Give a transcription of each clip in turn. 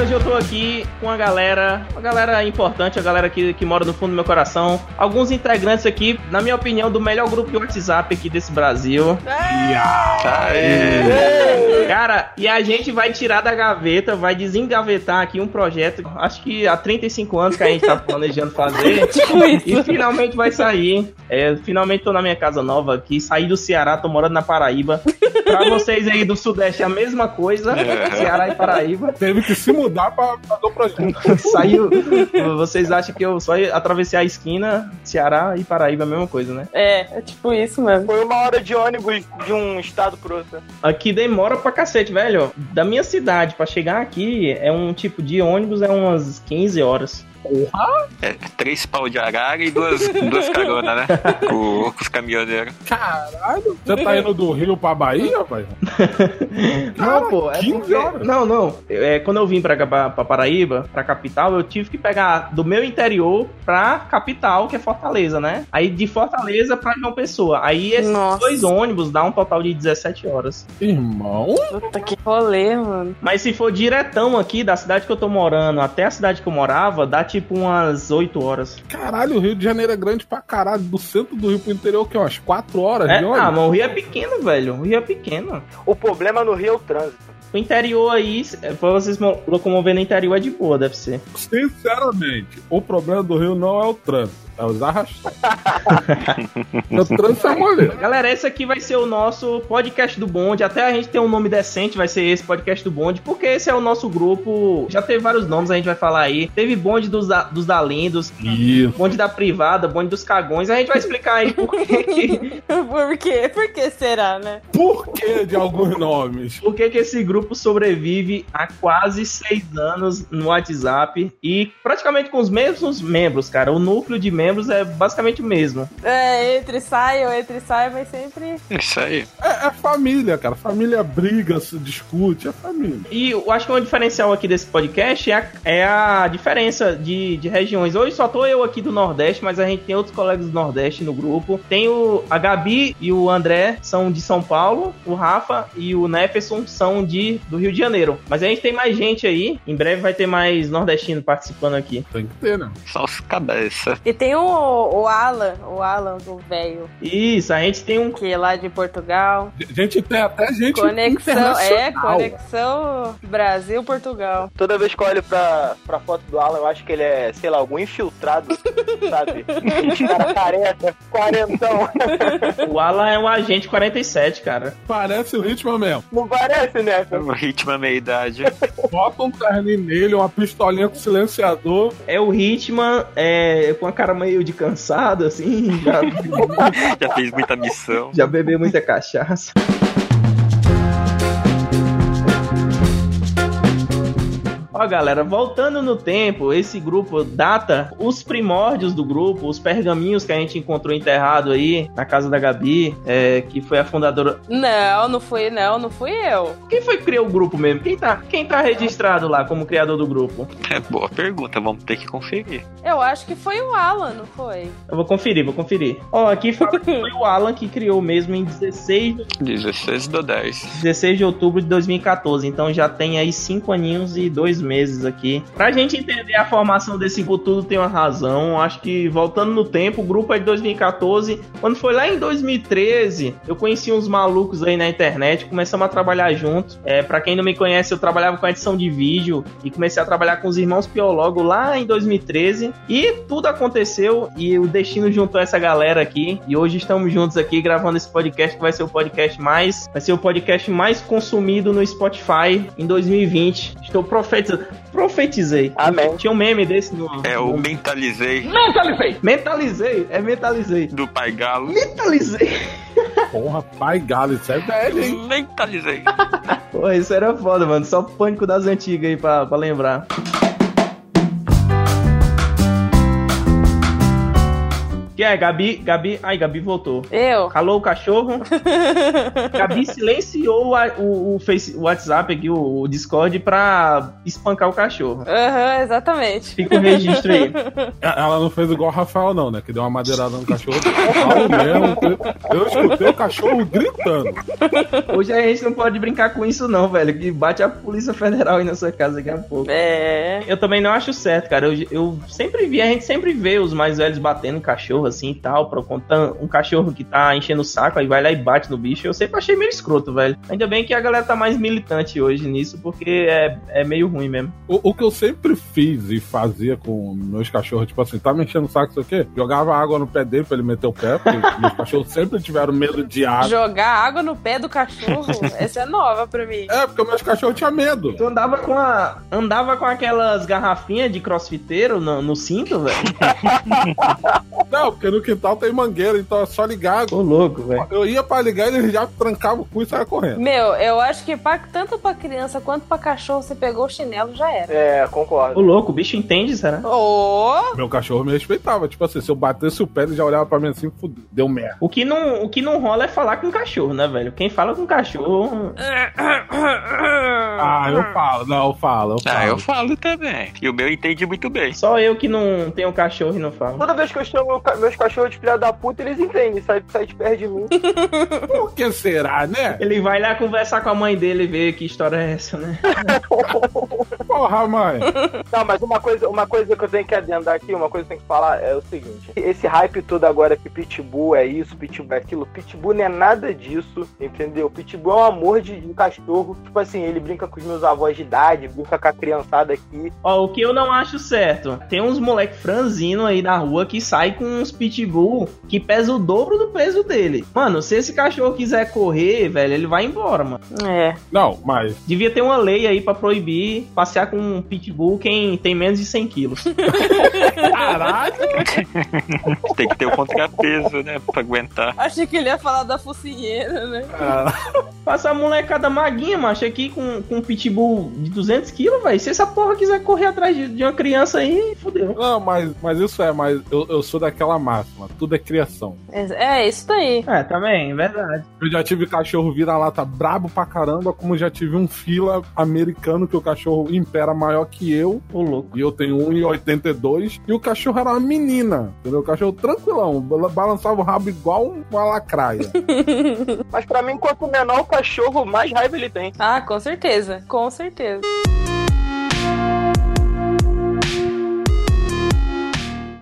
hoje eu tô aqui com a galera, a galera importante, a galera que, que mora no fundo do meu coração. Alguns integrantes aqui, na minha opinião, do melhor grupo de WhatsApp aqui desse Brasil. Cara, e a gente vai tirar da gaveta, vai desengavetar aqui um projeto, acho que há 35 anos que a gente tá planejando fazer. Tipo isso. E finalmente vai sair. É, finalmente tô na minha casa nova aqui, saí do Ceará, tô morando na Paraíba. Pra vocês aí do Sudeste é a mesma coisa, Ceará e Paraíba. Teve que se mudar pra fazer o projeto. Saiu. Vocês acham que eu só ia atravessei a esquina, Ceará e Paraíba, a mesma coisa, né? É, é tipo isso mesmo. Foi uma hora de ônibus de um estado pro outro. Aqui demora pra cacete, velho. Da minha cidade pra chegar aqui é um tipo de ônibus, é umas 15 horas. É, três pau de arara e duas, duas caronas, né? Com, com os caminhoneiros. Caralho, você tá indo do Rio pra Bahia, pai? Não, pô, é 15 porque- horas. Não, não. É, quando eu vim pra, cá, pra, pra Paraíba, pra capital, eu tive que pegar do meu interior pra capital, que é Fortaleza, né? Aí de Fortaleza pra João Pessoa. Aí esses Nossa. dois ônibus dá um total de 17 horas. Irmão? Puta que rolê, mano. Mas se for diretão aqui da cidade que eu tô morando até a cidade que eu morava, dá tipo umas 8 horas. Caralho, o Rio de Janeiro é grande pra caralho. Do centro do Rio pro interior, que é umas 4 horas É, de ah, ônibus. mas o Rio é pequeno, velho. O Rio é pequeno. O problema no Rio é o trânsito. O interior aí, se- pra vocês mo- locomover no interior é de boa, deve ser. Sinceramente, o problema do Rio não é o trânsito, é os arrastões. o trânsito é moleza. Galera, esse aqui vai ser o nosso podcast do bonde. Até a gente ter um nome decente, vai ser esse podcast do bonde, porque esse é o nosso grupo. Já teve vários nomes, a gente vai falar aí. Teve bonde dos, da- dos dalendos, Isso. bonde da privada, bonde dos cagões. A gente vai explicar aí por que que, Por quê? Por que será, né? Por que de alguns nomes? por que que esse grupo sobrevive há quase seis anos no WhatsApp e praticamente com os mesmos membros, cara. O núcleo de membros é basicamente o mesmo. É, entre e sai, ou entre e sai, mas sempre. Isso aí. É, é família, cara. Família briga, se discute, é família. E eu acho que um diferencial aqui desse podcast é a, é a diferença de, de regiões. Hoje só tô eu aqui do Nordeste, mas a gente tem outros colegas do Nordeste no grupo. Tem o, a Gabi e o André são de São Paulo, o Rafa e o Neferson são de, do Rio de Janeiro. Mas a gente tem mais gente aí, em breve vai ter mais nordestino participando aqui. Tem que ter, né? Só os cabeça. E tem o, o Alan, o Alan, o velho, Isso, a gente tem um... que é lá de Portugal. A gente tem até gente Conexão, é, internacional. conexão Brasil-Portugal. Toda vez que eu olho pra, pra foto do Alan, eu acho que ele é, sei lá, algum infiltrado, sabe? Esse cara careca, quarentão. O Alan é um agente 47, cara. Parece o ritmo mesmo. Não parece, né? O ritmo é meia idade. Bota um carninho nele, uma pistolinha com silenciador. É o Hitman, é, com a cara meio de cansado, assim, já, Já fez muita missão. já bebeu muita cachaça. Ó, galera, voltando no tempo, esse grupo data os primórdios do grupo, os pergaminhos que a gente encontrou enterrado aí na casa da Gabi, é, que foi a fundadora. Não, não fui, não, não fui eu. Quem foi que criou o grupo mesmo? Quem tá, quem tá registrado lá como criador do grupo? É boa pergunta, vamos ter que conferir. Eu acho que foi o Alan, não foi? Eu vou conferir, vou conferir. Ó, aqui fala que foi o Alan que criou mesmo em 16 de 16 do 10. 16 de outubro de 2014. Então já tem aí cinco aninhos e dois meses aqui. Pra gente entender a formação desse grupo, tudo tem uma razão. Acho que voltando no tempo, o grupo é de 2014. Quando foi lá em 2013, eu conheci uns malucos aí na internet. Começamos a trabalhar juntos. É, pra quem não me conhece, eu trabalhava com edição de vídeo e comecei a trabalhar com os irmãos Piologo lá em 2013. E tudo aconteceu e o destino juntou essa galera aqui. E hoje estamos juntos aqui gravando esse podcast que vai ser o podcast mais, vai ser o podcast mais consumido no Spotify em 2020. Estou profetizando, profetizei. Amém. Tinha um meme desse no É, eu mentalizei Mentalizei, é mentalizei. do Pai Galo. Mentalizei. Porra, pai galo, isso é velho, hein? Mentalizei. Pô, isso era foda, mano. Só pânico das antigas aí pra, pra lembrar. Que é, Gabi, Gabi. Ai, Gabi voltou. Eu? Calou o cachorro. Gabi silenciou a- o, o face, o WhatsApp aqui, o, o Discord, pra espancar o cachorro. Aham, exatamente. Fica o registro aí. Ela não fez igual o Rafael, não, né? Que deu uma madeirada no cachorro. Falo mesmo, eu- eu escutei o cachorro gritando. Hoje a gente não pode brincar com isso, não, velho. Que bate a Polícia Federal aí na sua casa daqui a pouco. É. Eu também não acho certo, cara. Eu, eu sempre vi, a gente sempre vê os mais velhos batendo cachorro assim e tal, pra contar um cachorro que tá enchendo o saco, aí vai lá e bate no bicho. Eu sempre achei meio escroto, velho. Ainda bem que a galera tá mais militante hoje nisso, porque é, é meio ruim mesmo. O, o que eu sempre fiz e fazia com meus cachorros, tipo assim, tá me enchendo o saco, sei o quê? Jogava água no pé dele pra ele meter o pé, porque meus cachorros sempre tiveram medo de água. Jogar água no pé do cachorro, essa é nova pra mim. É, porque meus cachorros tinham medo. Tu andava com a. Andava com aquelas garrafinhas de crossfiteiro no, no cinto, velho? Não, porque no quintal tem mangueira, então é só ligar. Tô louco, velho. Eu ia pra ligar e ele já trancava o cu e saia correndo. Meu, eu acho que pra, tanto pra criança quanto pra cachorro, você pegou o chinelo, já era. É, concordo. Tô louco, o bicho entende, será? Ô! Meu cachorro me respeitava. Tipo assim, se eu batesse o pé, ele já olhava pra mim assim, fudeu, deu merda. O que, não, o que não rola é falar com cachorro, né, velho? Quem fala com cachorro. Ah, eu falo, não, eu falo, eu falo. Ah, eu falo também. E o meu entende muito bem. Só eu que não tenho cachorro e não falo. Toda vez que eu chamo ca- meus cachorros de filha da puta, eles entendem, sai, sai de perto de mim. Por que será, né? Ele vai lá conversar com a mãe dele e ver que história é essa, né? Porra, mãe. Não, mas uma coisa, uma coisa que eu tenho que adendar aqui, uma coisa que eu tenho que falar é o seguinte: esse hype todo agora que Pitbull é isso, Pitbull é aquilo, Pitbull não é nada disso, entendeu? Pitbull é um amor de, de cachorro. Tipo assim, ele brinca com os meus avós de idade, brinca com a criançada aqui. Ó, o que eu não acho certo, tem uns moleque franzino aí na rua que sai com uns pitbull que pesa o dobro do peso dele. Mano, se esse cachorro quiser correr, velho, ele vai embora, mano. É. Não, mas Devia ter uma lei aí pra proibir passear com um pitbull quem tem menos de 100 quilos. caralho. Tem que ter o contrapeso, né? Pra aguentar. Achei que ele ia falar da focinheira, né? cara. Passar a molecada maguinha, macho, aqui com, com um pitbull de 200 quilos, velho. Se essa porra quiser correr atrás de, de uma criança aí, fodeu. Não, mas, mas isso é, mas eu, eu sou daquela máxima. Tudo é criação. É, é isso daí. É, também, verdade. Eu já tive cachorro vira-lata brabo pra caramba, como já tive um fila americano que o cachorro impera maior que eu. Ô, louco. E eu tenho 1,82. E o cachorro era uma menina. Entendeu? O cachorro tranquilão. bala- Balançava o rabo igual uma lacraia. Mas pra mim, quanto menor o cachorro, mais raiva ele tem. Ah, com certeza. Com certeza.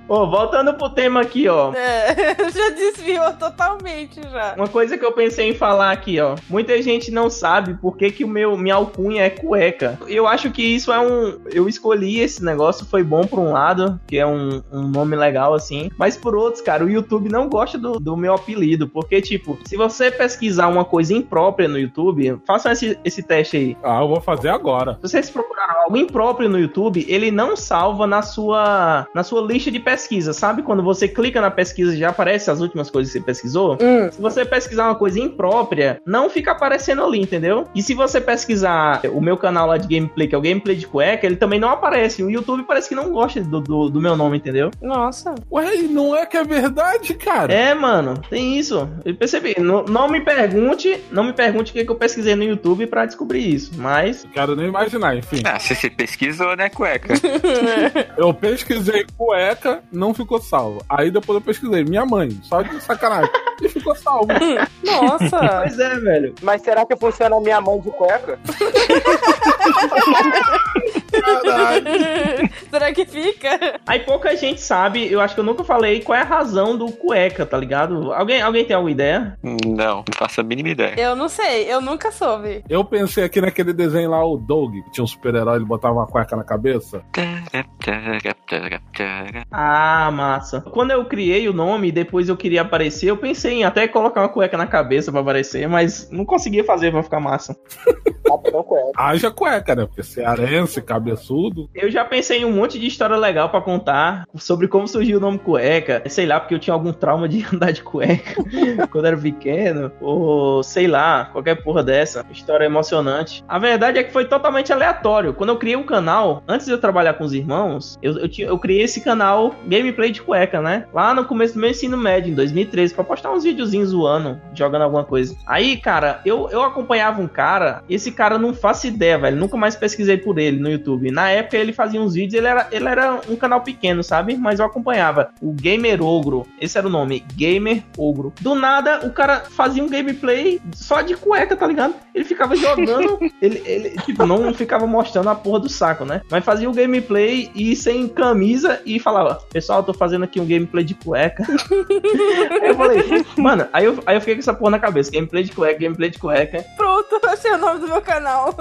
Ô, voltando pro tema aqui, ó. É, já desviou totalmente já. Uma coisa que eu pensei em falar aqui, ó. Muita gente não sabe por que, que o meu minha alcunha é cueca. Eu acho que isso é um. Eu escolhi esse negócio, foi bom por um lado, que é um, um nome legal assim. Mas por outros, cara, o YouTube não gosta do, do meu apelido. Porque, tipo, se você pesquisar uma coisa imprópria no YouTube, façam esse, esse teste aí. Ah, eu vou fazer agora. Se vocês procuraram algo impróprio no YouTube, ele não salva na sua, na sua lista de pesquisa. Sabe quando você clica na pesquisa e já aparece as últimas coisas que você pesquisou? Hum, Se você pesquisar uma coisa imprópria, não fica aparecendo ali, entendeu? E se você pesquisar o meu canal lá de gameplay, que é o gameplay de cueca, ele também não aparece. O YouTube parece que não gosta do, do, do meu nome, entendeu? Nossa. Ué, e não é que é verdade, cara? É, mano, tem isso. Eu percebi. Não, não me pergunte, não me pergunte o que, que eu pesquisei no YouTube pra descobrir isso. Mas Não Quero nem imaginar, enfim. Ah, se você pesquisou, né, cueca? Eu pesquisei cueca, não ficou salvo. Aí depois eu pesquisei minha mãe, só de sacanagem. e ficou salvo. Nossa. pois é, velho. Mas será que funciona a minha mãe de cueca? Caralho. Será que fica? Aí pouca gente sabe, eu acho que eu nunca falei qual é a razão do cueca, tá ligado? Alguém, alguém tem alguma ideia? Não, não faço a mínima ideia. Eu não sei, eu nunca soube. Eu pensei aqui naquele desenho lá, o Doug, que tinha um super-herói, ele botava uma cueca na cabeça. Ah, massa. Quando eu criei o nome e depois eu queria aparecer, eu pensei em até colocar uma cueca na cabeça pra aparecer, mas não conseguia fazer pra ficar massa. Tá, não cueca. Haja cueca, né? Porque cearense, cabeçudo. Eu já pensei em um monte de história legal pra contar sobre como surgiu o nome cueca. Sei lá, porque eu tinha algum trauma de andar de cueca quando era pequeno. Ou sei lá, qualquer porra dessa. História emocionante. A verdade é que foi totalmente aleatório. Quando eu criei o canal, antes de eu trabalhar com os irmãos, eu, eu, tinha- eu criei esse canal Gameplay de Cueca, né? Lá no começo do meu ensino médio, em 2013, pra postar uns videozinhos zoando, jogando alguma coisa. Aí, cara, eu, eu acompanhava um cara, e esse cara não faço ideia, velho. Nunca mais pesquisei por ele no YouTube. Na época ele fazia uns vídeos, ele era, ele era um canal pequeno, sabe? Mas eu acompanhava. O Gamer Ogro, esse era o nome, Gamer Ogro. Do nada, o cara fazia um gameplay só de cueca, tá ligado? Ele ficava jogando ele, ele, tipo, não ficava mostrando a porra do saco, né? Mas fazia o gameplay e sem camisa e falava, pessoal, eu tô fazendo aqui um gameplay de cueca. aí eu falei, mano, aí eu, aí eu fiquei com essa porra na cabeça, gameplay de cueca, gameplay de cueca. Pronto, achei o nome do meu canal.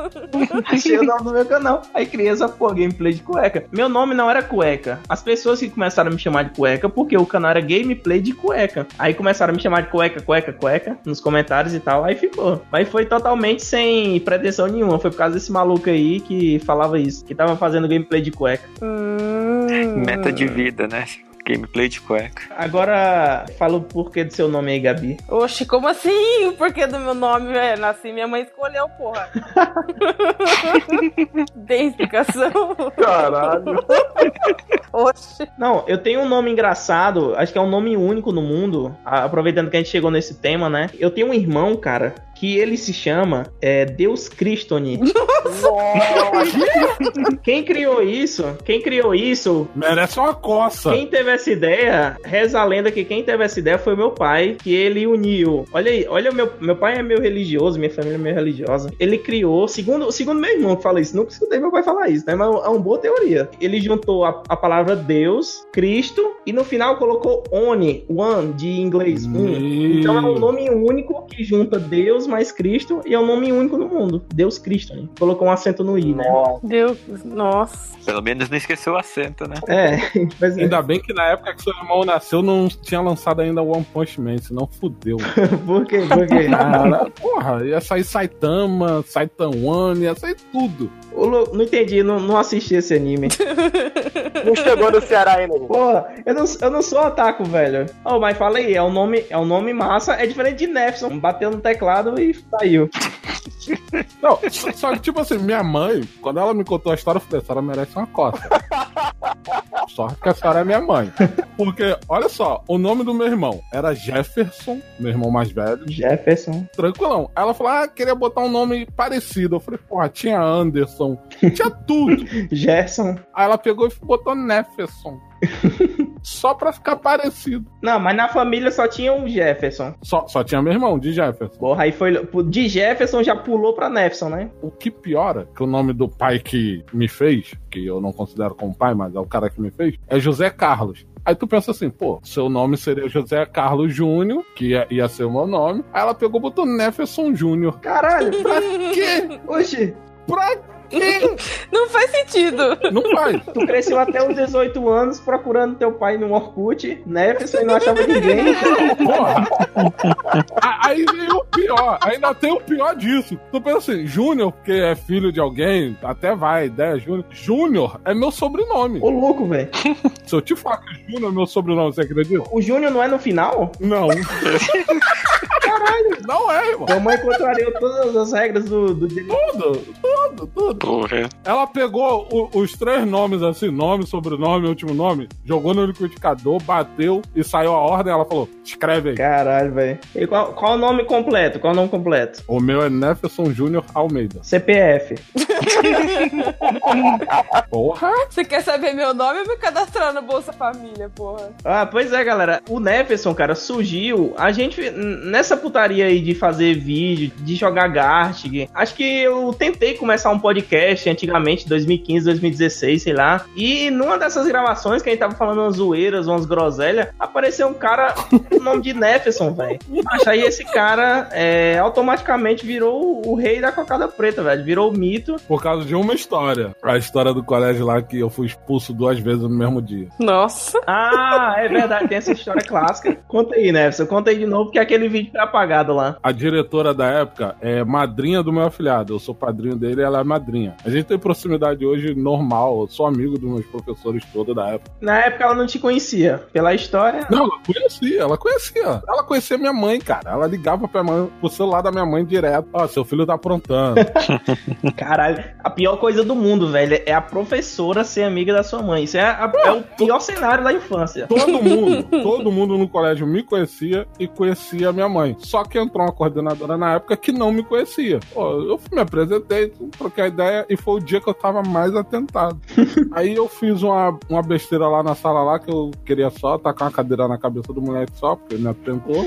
Achei o nome do meu canal. Aí criei essa porra, gameplay de cueca. Meu nome não era cueca. As pessoas que começaram a me chamar de cueca, porque o canal era gameplay de cueca. Aí começaram a me chamar de cueca, cueca, cueca, nos comentários e tal. Aí ficou. Mas foi totalmente sem pretensão nenhuma. Foi por causa desse maluco aí que falava isso, que tava fazendo gameplay de cueca. Hum. Meta de vida, né? Gameplay de cueca. Agora, fala o porquê do seu nome aí, Gabi. Oxe, como assim? O porquê do meu nome, velho? Nasci, minha mãe escolheu, porra. Tem explicação? Caralho. Oxe. Não, eu tenho um nome engraçado, acho que é um nome único no mundo, a- aproveitando que a gente chegou nesse tema, né? Eu tenho um irmão, cara, que ele se chama é, Deus Cristone. Nossa. Quem criou isso? Quem criou isso? Merece uma coça. Quem teve essa ideia, reza a lenda que quem teve essa ideia foi meu pai, que ele uniu. Olha aí, olha o meu, meu pai é meu religioso, minha família é meio religiosa. Ele criou, segundo, segundo meu irmão que fala isso, nunca escutei meu pai falar isso, né? Mas é uma boa teoria. Ele juntou a, a palavra Deus, Cristo, e no final colocou One, One, de inglês, um. Então é um nome único que junta Deus mais Cristo e é um nome único no mundo. Deus Cristo. né? Colocou um acento no I, né? Nossa. Deus, nossa. Pelo menos não esqueceu o acento, né? É, mas Ainda bem que na época que seu irmão nasceu não tinha lançado ainda One Punch Man, senão fudeu. por quê? Por quê? Cara, porra, ia sair Saitama, Saitan One, ia sair tudo. Ô, Lu, não entendi, não, não assisti esse anime. Não chegou no Ceará ainda, gente. Porra, eu não, eu não sou otaku, velho. Ô, mas fala aí, é um nome, é um nome massa, é diferente de Nefson. Bateu no teclado e saiu. Não, só só que, tipo assim, minha mãe, quando ela me contou a história, eu falei, a senhora merece uma coça. Sorte que a senhora é minha mãe. Porque, olha só, o nome do meu irmão era Jefferson, meu irmão mais velho, Jefferson. tranquilão. Ela falou, ah, queria botar um nome parecido. Eu falei, porra, tinha Anderson, tinha tudo. Gerson. Aí ela pegou e botou Nefferson. Só pra ficar parecido. Não, mas na família só tinha um Jefferson. Só, só tinha meu irmão, de Jefferson. Porra, aí foi. De Jefferson já pulou pra Nefson, né? O que piora, que o nome do pai que me fez, que eu não considero como pai, mas é o cara que me fez, é José Carlos. Aí tu pensa assim, pô, seu nome seria José Carlos Júnior, que ia, ia ser o meu nome. Aí ela pegou e botou Nefferson Júnior. Caralho, Pra quê? oxi, Pra quê? Não faz sentido. Não faz. tu cresceu até os 18 anos procurando teu pai no Orkut, Nefson, e não achava ninguém. Porra. A- Aí vem o pior, ainda tem o pior disso. Tu pensa assim, Júnior, porque é filho de alguém, até vai, ideia Júnior. Júnior é meu sobrenome. Ô, louco, velho. Se eu te falar que Júnior é meu sobrenome, você acredita? O Júnior não é no final? Não. Caralho, não é, irmão. Tua mãe contrariou todas as regras do, do direito. Tudo, tudo, tudo. Porra. Ela pegou o- os três nomes, assim, nome, sobrenome, último nome, jogou no liquidificador, bateu e saiu a ordem. Ela falou: escreve aí. Caralho, velho. E qual, qual o nome completo? Qual o nome completo? O meu é Nefferson Júnior Almeida. CPF. Porra! Você quer saber meu nome ou me cadastrar no Bolsa Família, porra? Ah, pois é, galera. O Neferson, cara, surgiu. A gente, n- nessa putaria aí de fazer vídeo, de jogar Gartic, acho que eu tentei começar um podcast antigamente, 2015, 2016, sei lá. E numa dessas gravações que a gente tava falando umas zoeiras, umas groselhas, apareceu um cara com o nome de Neferson, velho. Mas aí esse cara é, automaticamente virou o rei da cocada preta, velho. Virou o mito. Por causa de uma história. A história do colégio lá que eu fui expulso duas vezes no mesmo dia. Nossa. Ah, é verdade, tem essa história clássica. Conta aí, Nefson, conta aí de novo, porque aquele vídeo tá apagado lá. A diretora da época é madrinha do meu afilhado. Eu sou padrinho dele e ela é madrinha. A gente tem proximidade hoje normal. Eu sou amigo dos meus professores toda da época. Na época ela não te conhecia. Pela história. Não, ela conhecia, ela conhecia. Ela conhecia minha mãe, cara. Ela ligava pra mãe, pro celular da minha mãe direto. Ó, seu filho tá aprontando. Caralho, a pior coisa do mundo, velho, é a professora ser amiga da sua mãe. Isso é, a- é o pior cenário da infância. todo mundo, todo mundo no colégio me conhecia e conhecia a minha mãe. Só que entrou uma coordenadora na época que não me conhecia. Pô, eu me apresentei, troquei a ideia e foi o dia que eu tava mais atentado. Aí eu fiz uma, uma besteira lá na sala lá que eu queria só tacar uma cadeira na cabeça do moleque só, porque ele me atentou.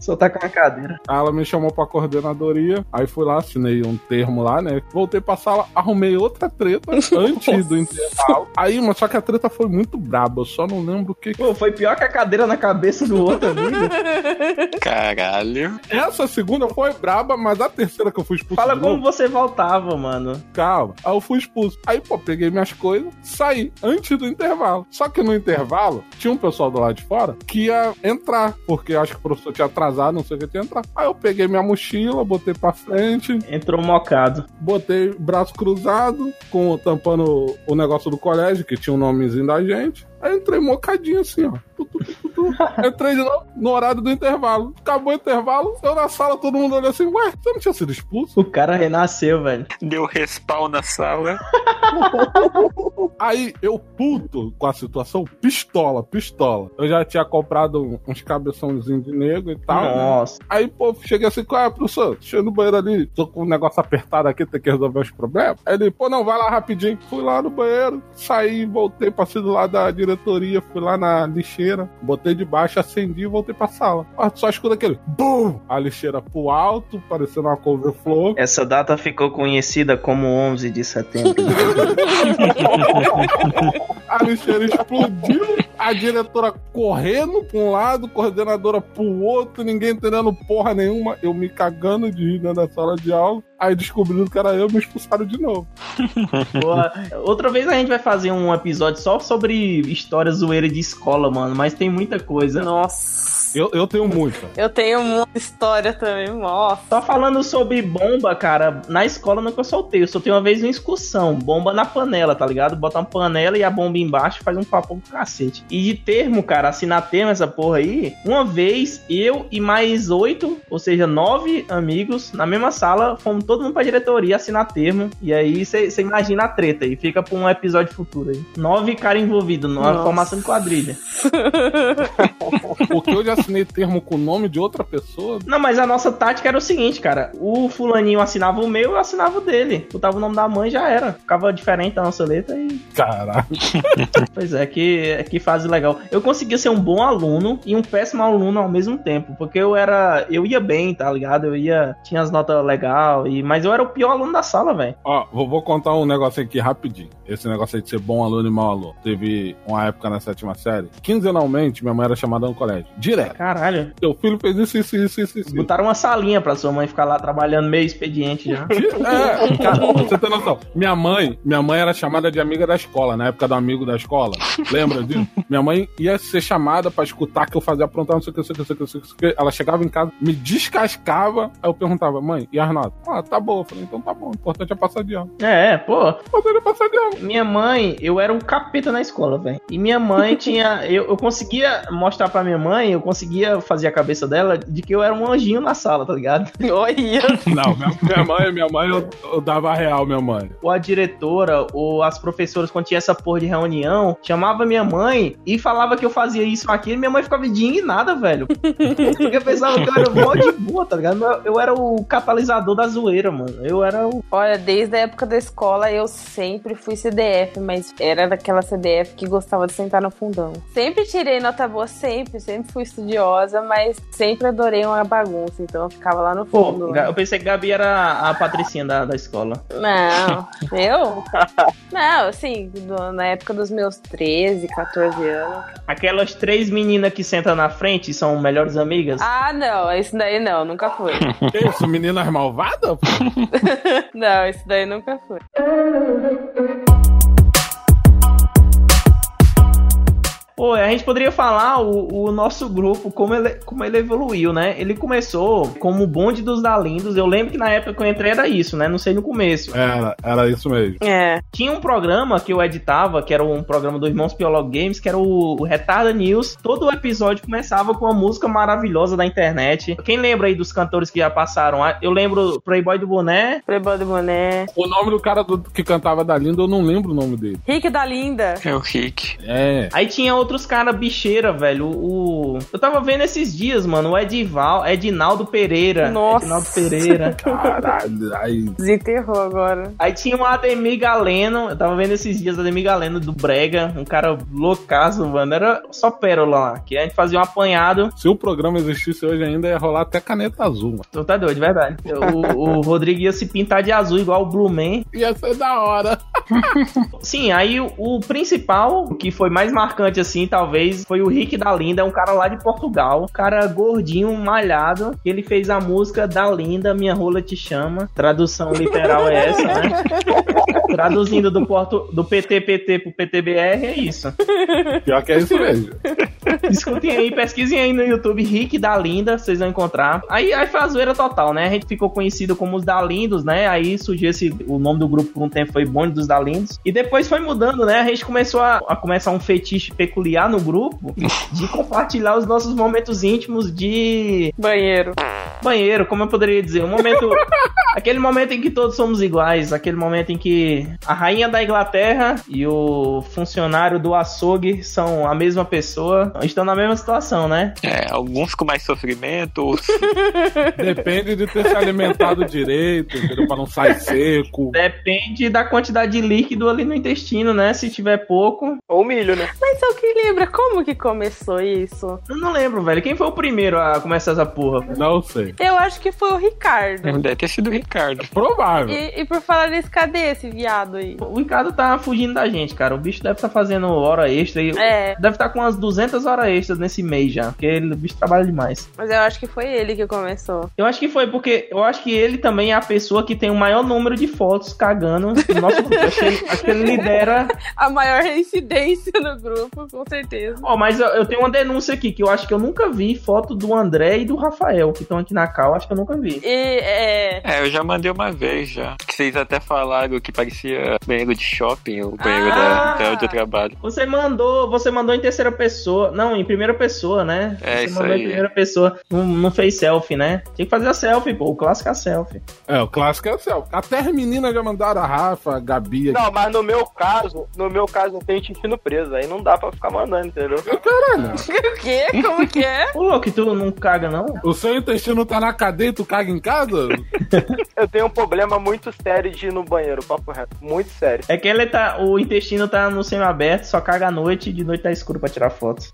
Só tá com a cadeira. Aí ela me chamou pra coordenadoria, aí fui lá, assinei um termo lá, né? Voltei pra sala, arrumei outra treta antes do intervalo. Aí, mas só que a treta foi muito braba, eu só não lembro o que Pô, foi pior que a cadeira na cabeça do outro amigo. Caralho. Essa segunda foi braba, mas a terceira que eu fui expulso. Fala de como novo, você voltava, mano. Calma. Aí eu fui expulso. Aí, pô, peguei minhas coisas, saí antes do intervalo. Só que no intervalo, tinha um pessoal do lado de fora que ia entrar, porque acho que o professor tinha atrasado, não sei o que tinha entrar. Aí eu peguei minha mochila, botei pra frente, Entrou mocado. botei braço cruzado, com tampando o negócio do colégio, que tinha o nomezinho da gente. Aí entrei mocadinho assim, ó. Tu, tu, tu, tu. Entrei de novo no horário do intervalo. Acabou o intervalo, eu na sala, todo mundo olhou assim, ué, você não tinha sido expulso? O cara renasceu, velho. Deu respawn na sala. Aí eu puto com a situação, pistola, pistola. Eu já tinha comprado um- uns cabeçãozinhos de negro e tal. né? Nossa. Aí, pô, cheguei assim, qual é, professor? Cheguei no banheiro ali, tô com um negócio apertado aqui, tem que resolver os problemas. Aí ele, pô, não, vai lá rapidinho. Fui lá no banheiro, saí, voltei, passei do lado da diretoria, fui lá na lixeira, botei debaixo, acendi e voltei pra sala. Ó, Só escuta aquele, BUM! A lixeira pro alto, parecendo uma couve-flor. Essa data ficou conhecida como 11 de setembro. A lixeira explodiu, a diretora correndo pra um lado, coordenadora pro outro, ninguém entendendo porra nenhuma, eu me cagando de rir dentro da sala de aula. Aí descobrindo que era eu, me expulsaram de novo. Boa. Outra vez a gente vai fazer um episódio só sobre história zoeira de escola, mano. Mas tem muita coisa. Nossa. Eu, eu tenho muita. Eu tenho muita história também, nossa. Só falando sobre bomba, cara, na escola nunca soltei. Eu soltei uma vez uma excursão, bomba na panela, tá ligado? Bota uma panela e a bomba embaixo faz um papão do cacete. E de termo, cara, assinar termo essa porra aí, uma vez eu e mais oito, ou seja, nove amigos, na mesma sala, fomos todo mundo pra diretoria assinar termo. E aí você imagina a treta aí, fica pra um episódio futuro aí. Nove caras envolvidos numa Nossa. formação de quadrilha. Porque eu já assinei termo com o nome de outra pessoa. Não, mas a nossa tática era o seguinte, cara. O fulaninho assinava o meu, eu assinava o dele. Botava o nome da mãe já era. Ficava diferente a nossa letra e. Caralho. Pois é, que, que fase legal. Eu conseguia ser um bom aluno e um péssimo aluno ao mesmo tempo. Porque eu era. Eu ia bem, tá ligado? Eu ia. Tinha as notas legais, e, mas eu era o pior aluno da sala, velho. Ó, vou, vou contar um negócio aqui rapidinho. Esse negócio aí de ser bom aluno e mau aluno. Teve uma época na sétima série. Quinzenalmente, minha mãe era chamada no colégio. Direto. Caralho. Seu filho fez isso, isso, isso, isso, isso. Botaram uma salinha pra sua mãe ficar lá trabalhando meio expediente já. É, cara, pra você tem noção. Minha mãe, minha mãe era chamada de amiga da escola, na época do amigo da escola. Lembra disso? Minha mãe ia ser chamada pra escutar que eu fazia aprontar, não sei o que, não sei o que, não sei o que, não sei o que. Ela chegava em casa, me descascava, aí eu perguntava, mãe, e Arnaldo? Ah, tá bom. Eu falei, então tá bom, o importante é passar de ano. É, pô. O importante é passar de ano. Minha mãe, eu era um capeta na escola, velho. E minha mãe tinha. Eu, eu conseguia mostrar pra minha mãe, eu conseguia fazer a cabeça dela de que eu era um anjinho na sala, tá ligado? Olha. Não, minha, minha mãe, minha mãe, eu, eu dava a real, minha mãe. Ou a diretora, ou as professoras, quando tinha essa porra de reunião, chamava minha mãe e falava que eu fazia isso ou aquilo, e minha mãe ficava indignada, velho. Porque pensava que eu era mó de boa, tá ligado? Eu, eu era o catalisador da zoeira, mano. Eu era o. Olha, desde a época da escola eu sempre fui CDF, mas era daquela CDF que gostava de sentar no fundão. Sempre tirei nota boa, sempre, sempre fui estudiosa, mas sempre adorei uma bagunça, então eu ficava lá no Pô, fundo. né? Ga- eu pensei que Gabi era a patricinha da, da escola. Não, eu? Não, assim, do- na época dos meus 13, 14 anos. Aquelas três meninas que sentam na frente e são melhores amigas. Ah, não, isso daí não, nunca foi. Que isso, meninas malvadas? pô? Não, isso daí nunca foi. Pô, a gente poderia falar o, o nosso grupo, como ele, como ele evoluiu, né? Ele começou como o bonde dos Dalindos. Eu lembro que na época que eu entrei era isso, né? Não sei no começo. Era, era isso mesmo. É. Tinha um programa que eu editava, que era um programa do Irmãos Piolog Games, que era o, o Retarda News. Todo episódio começava com uma música maravilhosa da internet. Quem lembra aí dos cantores que já passaram? Ah, Eu lembro Playboy do Boné. Playboy do Boné. O nome do cara do- que cantava da Linda, eu não lembro o nome dele. Rick da Linda. É o Rick. É. Aí tinha outros cara bicheira, velho. O, o- Eu tava vendo esses dias, mano, o Edival, Edinaldo Pereira. Nossa. Edinaldo Pereira. Caralho, aí. Desenterrou agora. Aí tinha o Ademir Galeno, eu tava vendo esses dias o Ademir Galeno do Brega, um cara loucaço, mano, era só pérola lá, que a gente fazia um apanhado, Se o programa existisse hoje ainda, ia rolar até caneta azul, mano. tu tá doido, de verdade. O, o Rodrigo ia se pintar de azul igual o Blue Man. Ia ser da hora. Sim, aí o, o principal, o que foi mais marcante assim, talvez, foi o Rick da Linda, um cara lá de Portugal, um cara gordinho, malhado, que ele fez a música da Linda, Minha Rola Te Chama, tradução literal é essa, né? Traduzindo do, porto, do PTPT pro PTBR, é isso. Pior que é isso mesmo. Escutem aí, pesquisem aí no YouTube Rick da Linda, vocês vão encontrar. Aí, aí foi a zoeira total, né? A gente ficou conhecido como os Dalindos, né? Aí surgiu esse, o nome do grupo por um tempo foi Bonde dos Dalindos. E depois foi mudando, né? A gente começou a, a começar um fetiche peculiar no grupo de compartilhar os nossos momentos íntimos de Banheiro. banheiro, como eu poderia dizer. Um momento. aquele momento em que todos somos iguais. Aquele momento em que a rainha da Inglaterra e o funcionário do açougue são a mesma pessoa. Estão na mesma situação, né? É, alguns com mais sofrimento, outros Depende de ter se alimentado direito, entendeu? Pra não sair seco. Depende da quantidade de líquido ali no intestino, né? Se tiver pouco. Ou milho, né? Mas eu que lembra como que começou isso? Eu não lembro, velho. Quem foi o primeiro a começar essa porra? Não sei. Eu acho que foi o Ricardo. deve ter sido o Ricardo. Provável. E, e por falar nisso, cadê esse viado aí? O Ricardo tá fugindo da gente, cara. O bicho deve tá fazendo hora extra aí. É, Deve estar com umas 200 horas extras nesse mês já, porque ele, o bicho trabalha demais. mas eu acho que foi ele que começou. Eu acho que foi porque eu acho que ele também é a pessoa que tem o maior número de fotos cagando no nosso grupo. acho, que ele, acho que ele lidera. A maior incidência no grupo, com certeza. Ó, mas eu, eu tenho uma denúncia aqui que eu acho que eu nunca vi foto do André e do Rafael que estão aqui na cal. Acho que eu nunca vi. E é. É, eu já mandei uma vez já. Que vocês até falaram que parecia banheiro de shopping, o banheiro Ah! da, da onde eu trabalho. Você mandou, você mandou em terceira pessoa. Não, em primeira pessoa, né? É, você isso mandou em aí. primeira pessoa. Não, não fez selfie, né? Tinha que fazer a selfie, pô. O clássico é a selfie. É, o clássico é o céu. Até as meninas já mandaram a Rafa, a Gabi. Não, mas no meu caso, no meu caso eu tenho intestino preso, aí não dá pra ficar mandando, entendeu? O quê? Como que é? Ô, louco, e tu não caga, não? O seu intestino tá na cadeia e tu caga em casa? Eu tenho um problema muito sério de ir no banheiro, papo reto. Muito sério. É que ele tá. O intestino tá no semi-aberto, só caga à noite e de noite tá escuro pra tirar foto.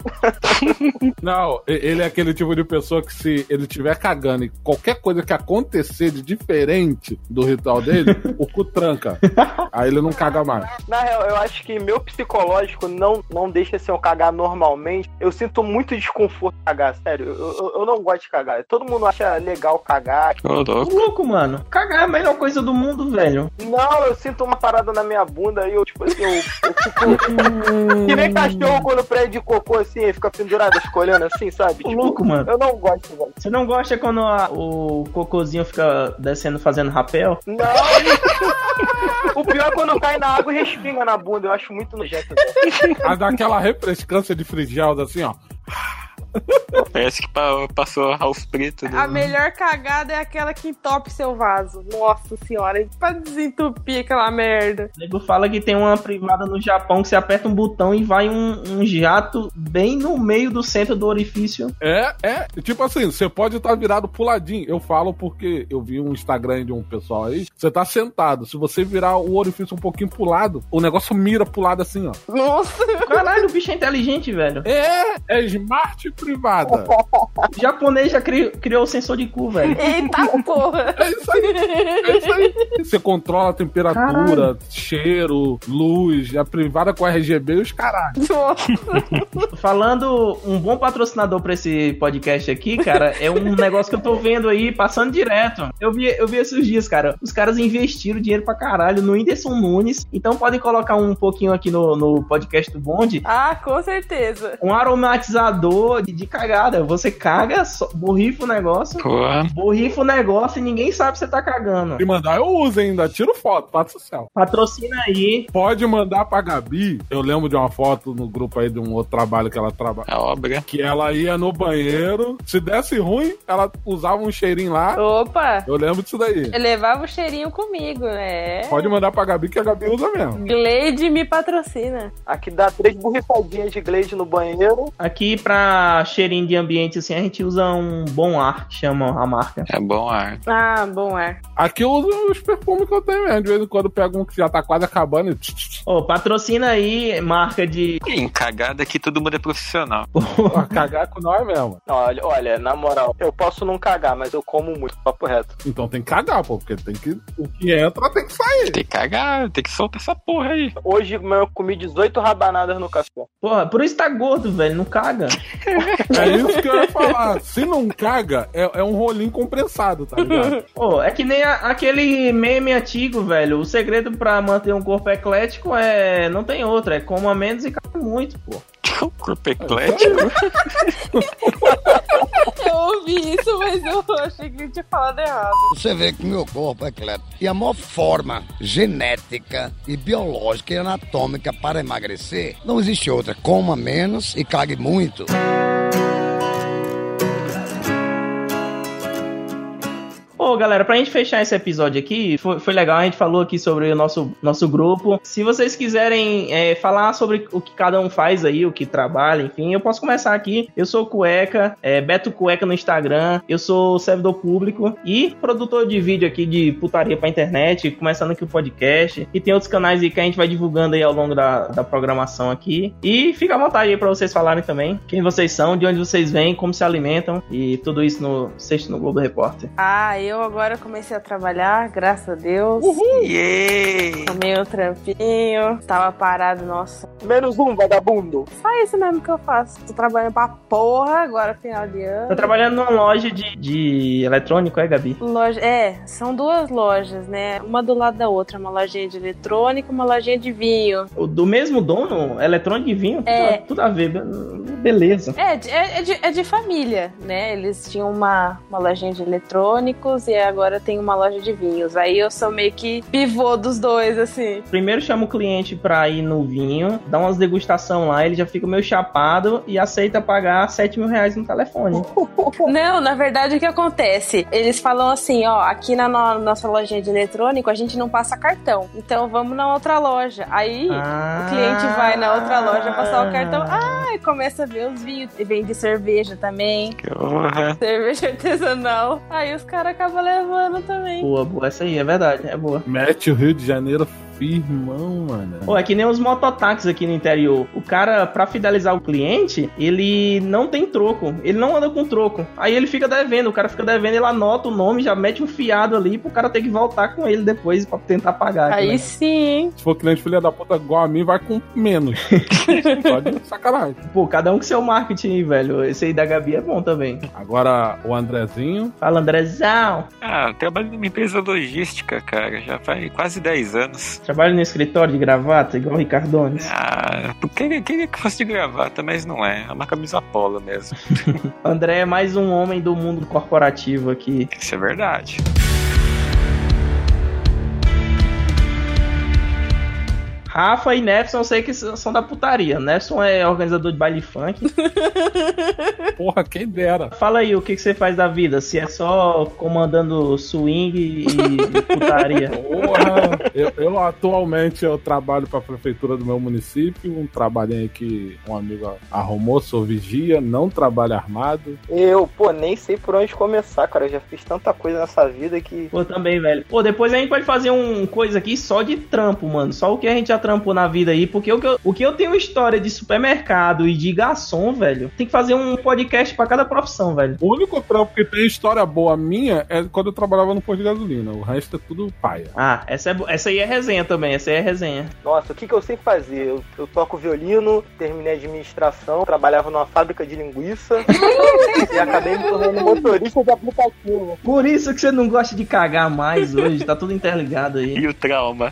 Não, e- ele é aquele tipo de pessoa que se ele tiver cagando e qualquer coisa que acontecer de diferente do ritual dele, o cu tranca. Aí ele não caga mais. Na real, eu acho que meu psicológico não, não deixa assim, eu cagar normalmente. Eu sinto muito desconforto cagar, sério. Eu, eu, eu não gosto de cagar. Todo mundo acha legal cagar. Ô, louco. Ô, louco, mano. Cagar é a melhor coisa do mundo, velho. Não, eu sinto uma parada na minha bunda e eu, tipo assim, eu, eu fico. que nem cachorro quando prende cocô assim, aí fica pendurado, escolhendo assim, Ô, sabe? Tipo, louco, mano. eu não gosto, velho. Você não gosta quando a- o cocôzinho fica descendo fazendo rapel? Não! o pior é quando cai na água e respinga na bunda. Eu acho muito nojento, velho. Aí dá aquela refrescância de frigelda assim, ó. Parece que pa- passou Ralph Preto. né? A melhor cagada é aquela que entope seu vaso. Nossa senhora, pra desentupir aquela merda. O nego fala que tem uma privada no Japão que você aperta um botão e vai um, um jato bem no meio do centro do orifício. É, é. Tipo assim, você pode estar virado puladinho. Eu falo porque eu vi um Instagram de um pessoal aí. Você tá sentado. Se você virar o orifício um pouquinho pro lado, o negócio mira pro lado assim, ó. Nossa, Caralho, o bicho é inteligente, velho. É, é smart privada. O japonês já cri- criou o sensor de cu, velho. Eita porra! É isso aí. É isso aí. Você controla a temperatura, cheiro, luz, a privada com RGB e os caralho. Falando um bom patrocinador pra esse podcast aqui, cara, é um negócio que eu tô vendo aí, passando direto. Eu vi, eu vi esses dias, cara. Os caras investiram dinheiro pra caralho no Whindersson Nunes. Então podem colocar um pouquinho aqui no, no podcast do Bonde. Ah, com certeza. Um aromatizador de, de cagada. Você caga, só- borrifa o negócio. Porra. Borrifa o negócio e ninguém sabe que você tá cagando. E mandar, eu uso ainda, tiro foto, faço céu. Patrocina aí. Pode mandar pra Gabi. Eu lembro de uma foto no grupo aí de um outro trabalho que ela trabalha. A obra. Que ela ia no banheiro, se desse ruim, ela usava um cheirinho lá. Opa! Eu lembro disso daí. Eu levava o cheirinho comigo, né? Pode mandar pra Gabi, que a Gabi usa mesmo. Glade me patrocina. Aqui dá três borrifadinhas de Glade no banheiro. Aqui pra cheirinho de ambiente assim, a gente usa um bom ar, que chama a marca. É bom ar. Ah, bom ar. Aqui eu uso os perfumes que eu tenho mesmo. De vez em quando eu pego um que já tá quase acabando e. tch, tch, tch. Ô, patrocina aí, marca de. Em cagada que todo mundo é profissional. Ó, Cagar com nós mesmo. Não, olha, olha, na moral, eu posso não cagar, mas eu como muito, papo reto. Então tem que cagar, pô, porque tem que. O que entra tem que sair. Tem que cagar, tem que soltar essa porra aí. Hoje meu, eu comi 18 rabanadas no café. Porra, por isso tá gordo, velho. Não caga. É isso que eu ia falar. Se não caga, é, é um rolinho compressado, tá ligado? Pô, é que nem a- aquele meme antigo, velho. O segredo pra manter um corpo eclético é. Não tem outro, é coma menos e caga muito, pô. O corpo eclético. Eu ouvi isso, mas eu achei que tinha falado errado. Você vê que meu corpo é eclético. E a maior forma genética e biológica e anatômica para emagrecer não existe outra. Coma menos e cague muito. Ô, galera, pra gente fechar esse episódio aqui, foi, foi legal, a gente falou aqui sobre o nosso, nosso grupo. Se vocês quiserem é, falar sobre o que cada um faz aí, o que trabalha, enfim, eu posso começar aqui. Eu sou Cueca, é, Beto Cueca no Instagram, eu sou servidor público e produtor de vídeo aqui de putaria pra internet, começando aqui o podcast. E tem outros canais aí que a gente vai divulgando aí ao longo da, da programação aqui. E fica à vontade aí pra vocês falarem também quem vocês são, de onde vocês vêm, como se alimentam e tudo isso no Sexto no Globo Repórter. Ah, eu agora comecei a trabalhar, graças a Deus. Yay! Tomei um trampinho, tava parado, nossa. Menos um, vagabundo. Só isso mesmo que eu faço. Tô trabalhando pra porra agora, final de ano. Tá trabalhando numa loja de, de eletrônico, é, Gabi? Loja, é, são duas lojas, né? Uma do lado da outra, uma lojinha de eletrônico, uma lojinha de vinho. O- Do mesmo dono, eletrônico e vinho? É. Tudo, tudo a ver, beleza. É, de- é, é de, é de família, né? Eles tinham uma, uma lojinha de eletrônicos e agora tem uma loja de vinhos. Aí eu sou meio que pivô dos dois, assim. Primeiro chama o cliente pra ir no vinho, dá umas degustação lá, ele já fica meio chapado e aceita pagar 7 mil reais no telefone. Não, na verdade o que acontece? Eles falam assim, ó, aqui na no- nossa lojinha de eletrônico a gente não passa cartão. Então vamos na outra loja. Aí Ah. o cliente vai na outra loja passar o cartão. Ah, e começa a ver os vinhos. E vende cerveja também. Que horror. Cerveja artesanal. Aí os caras acabam levando também. Boa, boa, essa aí é verdade, é boa. Mete o Rio de Janeiro firmão, mano. Pô, é que nem os mototáxis aqui no interior. O cara, pra fidelizar o cliente, ele não tem troco. Ele não anda com troco. Aí ele fica devendo. O cara fica devendo, ele anota o nome, já mete um fiado ali pro cara ter que voltar com ele depois pra tentar pagar. Aí né? sim. Se for cliente filha da puta igual a mim, vai com menos. Só de sacanagem. Pô, cada um com seu marketing, velho. Esse aí da Gabi é bom também. Agora o Andrezinho. Fala, Andrezão. Ah, eu trabalho numa empresa logística, cara. Já faz quase 10 anos. Trabalho no escritório de gravata, igual o Ricardones. Ah, eu queria, queria que fosse de gravata, mas não é. É uma camisa polo mesmo. André é mais um homem do mundo corporativo aqui. Isso é verdade. Rafa e Nefson, eu sei que são da putaria. Nefson é organizador de baile funk. Porra, quem dera. Fala aí, o que, que você faz da vida? Se é só comandando swing e e putaria. Porra. Eu, eu, atualmente eu trabalho pra prefeitura do meu município. Um trabalhinho que um amigo arrumou, sou vigia, não trabalho armado. Eu, pô, nem sei por onde começar, cara. Eu já fiz tanta coisa nessa vida que. Pô, também, velho. Pô, depois a gente pode fazer um coisa aqui só de trampo, mano. Só o que a gente já trampou na vida aí, porque o que, eu, o que eu tenho história de supermercado e de garçom, velho, tem que fazer um podcast pra cada profissão, velho. O único trampo que tem história boa minha é quando eu trabalhava no posto de gasolina. O resto é tudo paia. Ah, essa, é, bo- essa aí é resenha também, essa aí é resenha. Nossa, o que, que eu sempre fazia? Eu, eu toco violino, terminei administração, trabalhava numa fábrica de linguiça e acabei me tornando motorista de aplicativo. Por isso que você não gosta de cagar mais hoje, tá tudo interligado aí. E o trauma?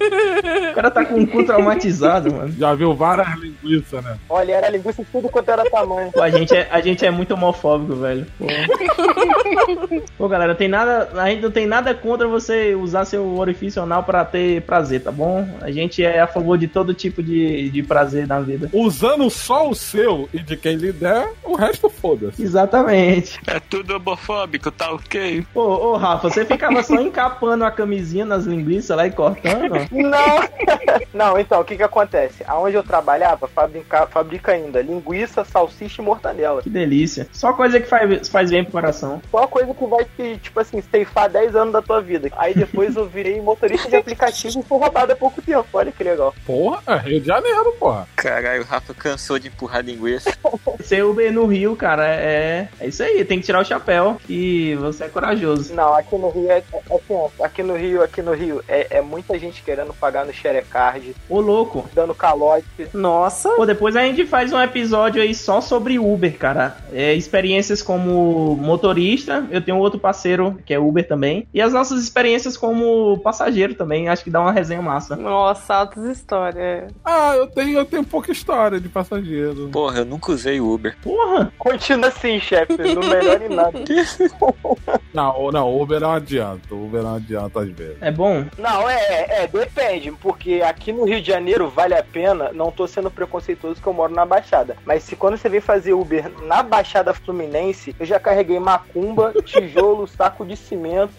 O cara tá com o cu traumatizado, mano. Já viu várias linguiças, né? Olha, era linguiça de tudo quanto era tamanho. Pô, A gente, é, a gente é muito homofóbico, velho. Pô. Pô, galera, tem nada, a gente não tem nada contra você usar seu orifício anal pra ter prazer, tá bom? A gente é a favor de todo tipo de, de prazer na vida. Usando só o seu e de quem lhe der, o resto foda-se. Exatamente. É tudo homofóbico, tá ok? Ô, ô, Rafa, você ficava só encapando a camisinha nas linguiças lá e cortando? ó? Não! Não, então, o que que acontece? Aonde eu trabalhava, fabrica, fabrica ainda linguiça, salsicha e mortadela. Que delícia. Só coisa que faz, faz bem pro coração. Só Tipo, coisa que vai te, tipo assim, ceifar 10 anos da tua vida. Aí depois eu virei motorista de aplicativo e fui roubado há pouco tempo. Olha que legal. Porra, é Rio de Janeiro, porra. Caralho, o Rafa cansou de empurrar linguiça. Ser Uber no Rio, cara, é, é isso aí. Tem que tirar o chapéu que você é corajoso. Não, aqui no Rio é, é assim, aqui no Rio, aqui no Rio, é, é muita gente querendo pagar no Sharecard, Ô, louco. dando calote. Nossa, Pô, depois a gente faz um episódio aí só sobre Uber, cara. É, experiências como motorista, eu tenho outro parceiro que é Uber também. E as nossas experiências como passageiro também, acho que dá uma resenha massa. nossa, altas histórias. Ah, eu tenho, eu tenho pouca história de passageiro. Porra, eu nunca usei Uber. Porra! Continua assim, chefe, não melhora em nada. Não, não, Uber não adianta. Uber não adianta às vezes. É bom? Não, é, é, depende, porque aqui no Rio de Janeiro vale a pena, não tô sendo preconceituoso que eu moro na Baixada, mas se quando você vem fazer Uber na Baixada Fluminense, eu já carreguei macumba, tijolo, saco de cimento,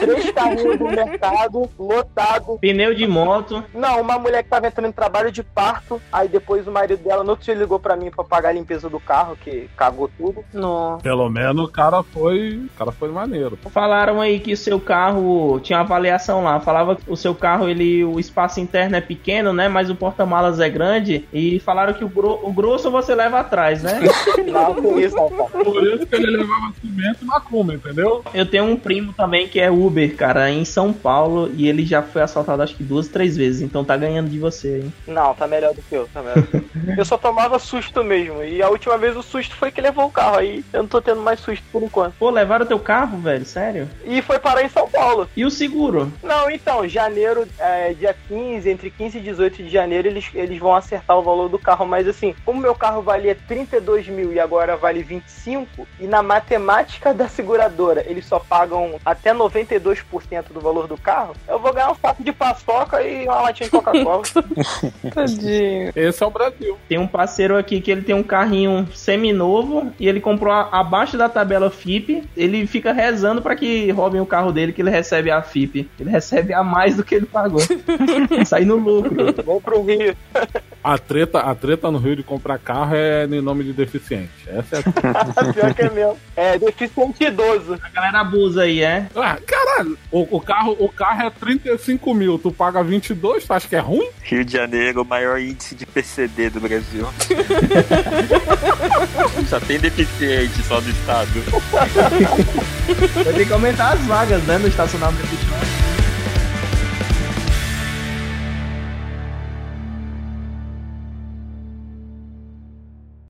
três carrinhos do mercado, lotado. Pneu de moto. Não, uma mulher que tava entrando em trabalho de parto, aí depois o marido dela no outro dia ligou pra mim pra pagar a limpeza do carro, que cagou tudo. Nossa. Pelo menos o cara foi. O cara foi maneiro. Falaram aí que o seu carro tinha uma avaliação lá. Falava que o seu carro, ele, o espaço interno é pequeno, né? Mas o porta-malas é grande. E falaram que o, gro- o grosso você leva atrás, né? Não, com isso, rapaz. Por isso que ele levava cimento e macumba, entendeu? Eu tenho um primo também que é Uber, cara, em São Paulo, e ele já foi assaltado acho que duas, três vezes, então tá ganhando de você, hein? Não, tá melhor do que eu, tá melhor. eu só tomava susto mesmo. E a última vez o susto foi que levou o carro. Aí eu não tô tendo mais susto por enquanto. Pô, levaram teu carro, velho, sério? E foi parar em São Paulo. E o seguro? Não, então, janeiro, é, dia 15, entre 15 e 18 de janeiro, eles, eles vão acertar o valor do carro. Mas assim, como meu carro valia 32 mil e agora vale 25, e na matemática da seguradora eles só pagam até 92% do valor do carro, eu vou ganhar um saco de paçoca e uma latinha de Coca-Cola. Tadinho. Esse é o Brasil. Tem um parceiro aqui que ele tem um carrinho seminovo e ele comprou a- abaixo da tabela FIP. Ele fica rezando pra que roubem o carro dele, que ele recebe a FIP. Ele recebe a mais do que ele pagou. Sai no lucro. Vou pro Rio. A treta, a treta no Rio de comprar carro é em nome de deficiente. Essa é a treta. Pior que é mesmo. É, deficiente idoso. A galera abusa aí, é? Ah, caralho, o, o carro, o carro é 35 mil, tu paga 22, tu acha que é ruim? Rio de Janeiro, o maior índice de PCD do Brasil. Só tem deficiente só do estado. Vai ter que aumentar as vagas, né, no estacionamento de